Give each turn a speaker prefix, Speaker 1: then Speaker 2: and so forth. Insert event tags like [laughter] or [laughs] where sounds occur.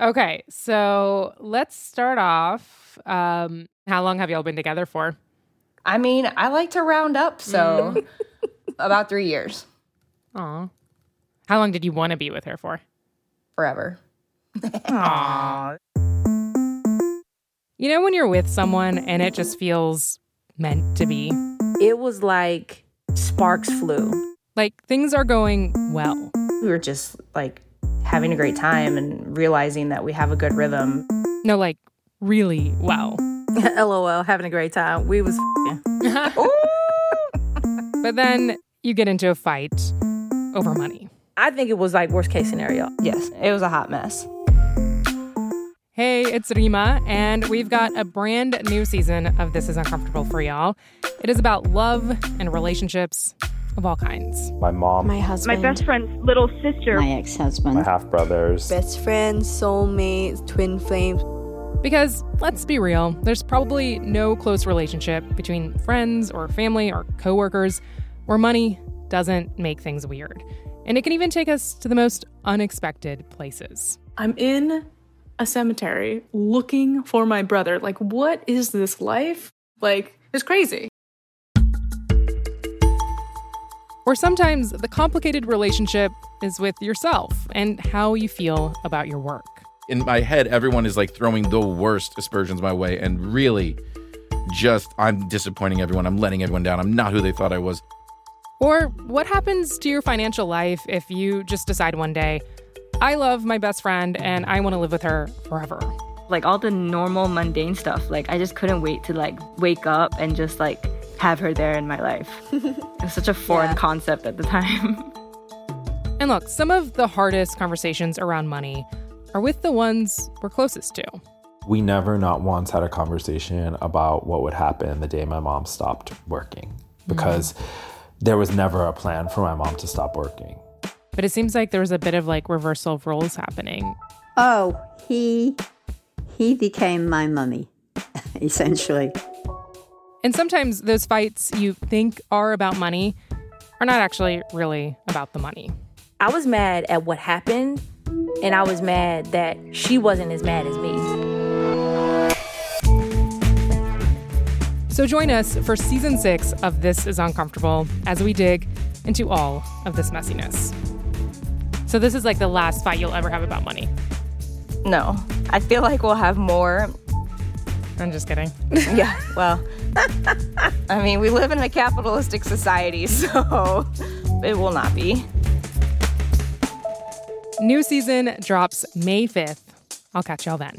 Speaker 1: Okay, so let's start off. Um, how long have y'all been together for?
Speaker 2: I mean, I like to round
Speaker 3: [laughs]
Speaker 2: up, so about three years,
Speaker 1: Aw. How long did you want to be with her for?
Speaker 2: forever.
Speaker 1: You know, when you're with someone and it just feels meant to be,
Speaker 3: It was like sparks flew.
Speaker 1: like things are going well.
Speaker 3: We were just like having a great time and realizing that we have a good rhythm.
Speaker 1: No, like really well. [laughs]
Speaker 4: [laughs]
Speaker 3: LOL, having a great time. We was
Speaker 1: But then you get into a fight over money.
Speaker 4: I think it was like worst case scenario.
Speaker 2: Yes, it was a hot mess.
Speaker 1: Hey, it's Rima, and we've got a brand new season of This Is Uncomfortable for y'all. It is about love and relationships of all kinds.
Speaker 5: my mom,
Speaker 6: My
Speaker 5: my,
Speaker 6: husband.
Speaker 7: My best friend's little sister.
Speaker 6: My ex husband.
Speaker 5: half brothers.
Speaker 8: Best friends, soulmates, twin flames.
Speaker 1: Because let's be real, there's probably no close relationship between friends or family or coworkers where money doesn't make things weird. And it can even take us to the most unexpected places.
Speaker 9: I'm in a cemetery looking for my brother. Like, what is this life? Like, it's crazy.
Speaker 1: Or sometimes the complicated relationship is with yourself and how you feel about your work.
Speaker 10: In my head, everyone is like throwing the worst aspersions my way, and really, just I'm disappointing everyone. I'm letting everyone down. I'm not who they thought I was.
Speaker 1: Or what happens to your financial life if you just decide one day, I love my best friend and I want to live with her forever?
Speaker 11: Like all the normal mundane stuff. Like I just couldn't wait to like wake up and just like have her there in
Speaker 7: [laughs]
Speaker 11: my life. it was such a foreign concept at the time.
Speaker 1: And look, some of the hardest conversations around money are with the ones we're closest to.
Speaker 5: We never not once had a conversation about what would happen the day my mom stopped working because there was never a plan for my mom to stop working.
Speaker 1: But it seems like there was a bit of like reversal of roles happening.
Speaker 6: Oh, he he became my mummy, [laughs] essentially.
Speaker 1: And sometimes those fights you think are about money are not actually really about the money.
Speaker 4: I was mad at what happened, and I was mad that she wasn't as mad as me.
Speaker 1: So join us for season six of This Is Uncomfortable as we dig into all of this messiness. So, this is like the last fight you'll ever have about money.
Speaker 2: No, I feel like we'll have more.
Speaker 1: I'm just kidding.
Speaker 2: Yeah, well, [laughs] I mean, we live in a capitalistic society, [laughs] so it will not be.
Speaker 1: New season drops May 5th. I'll catch y'all then.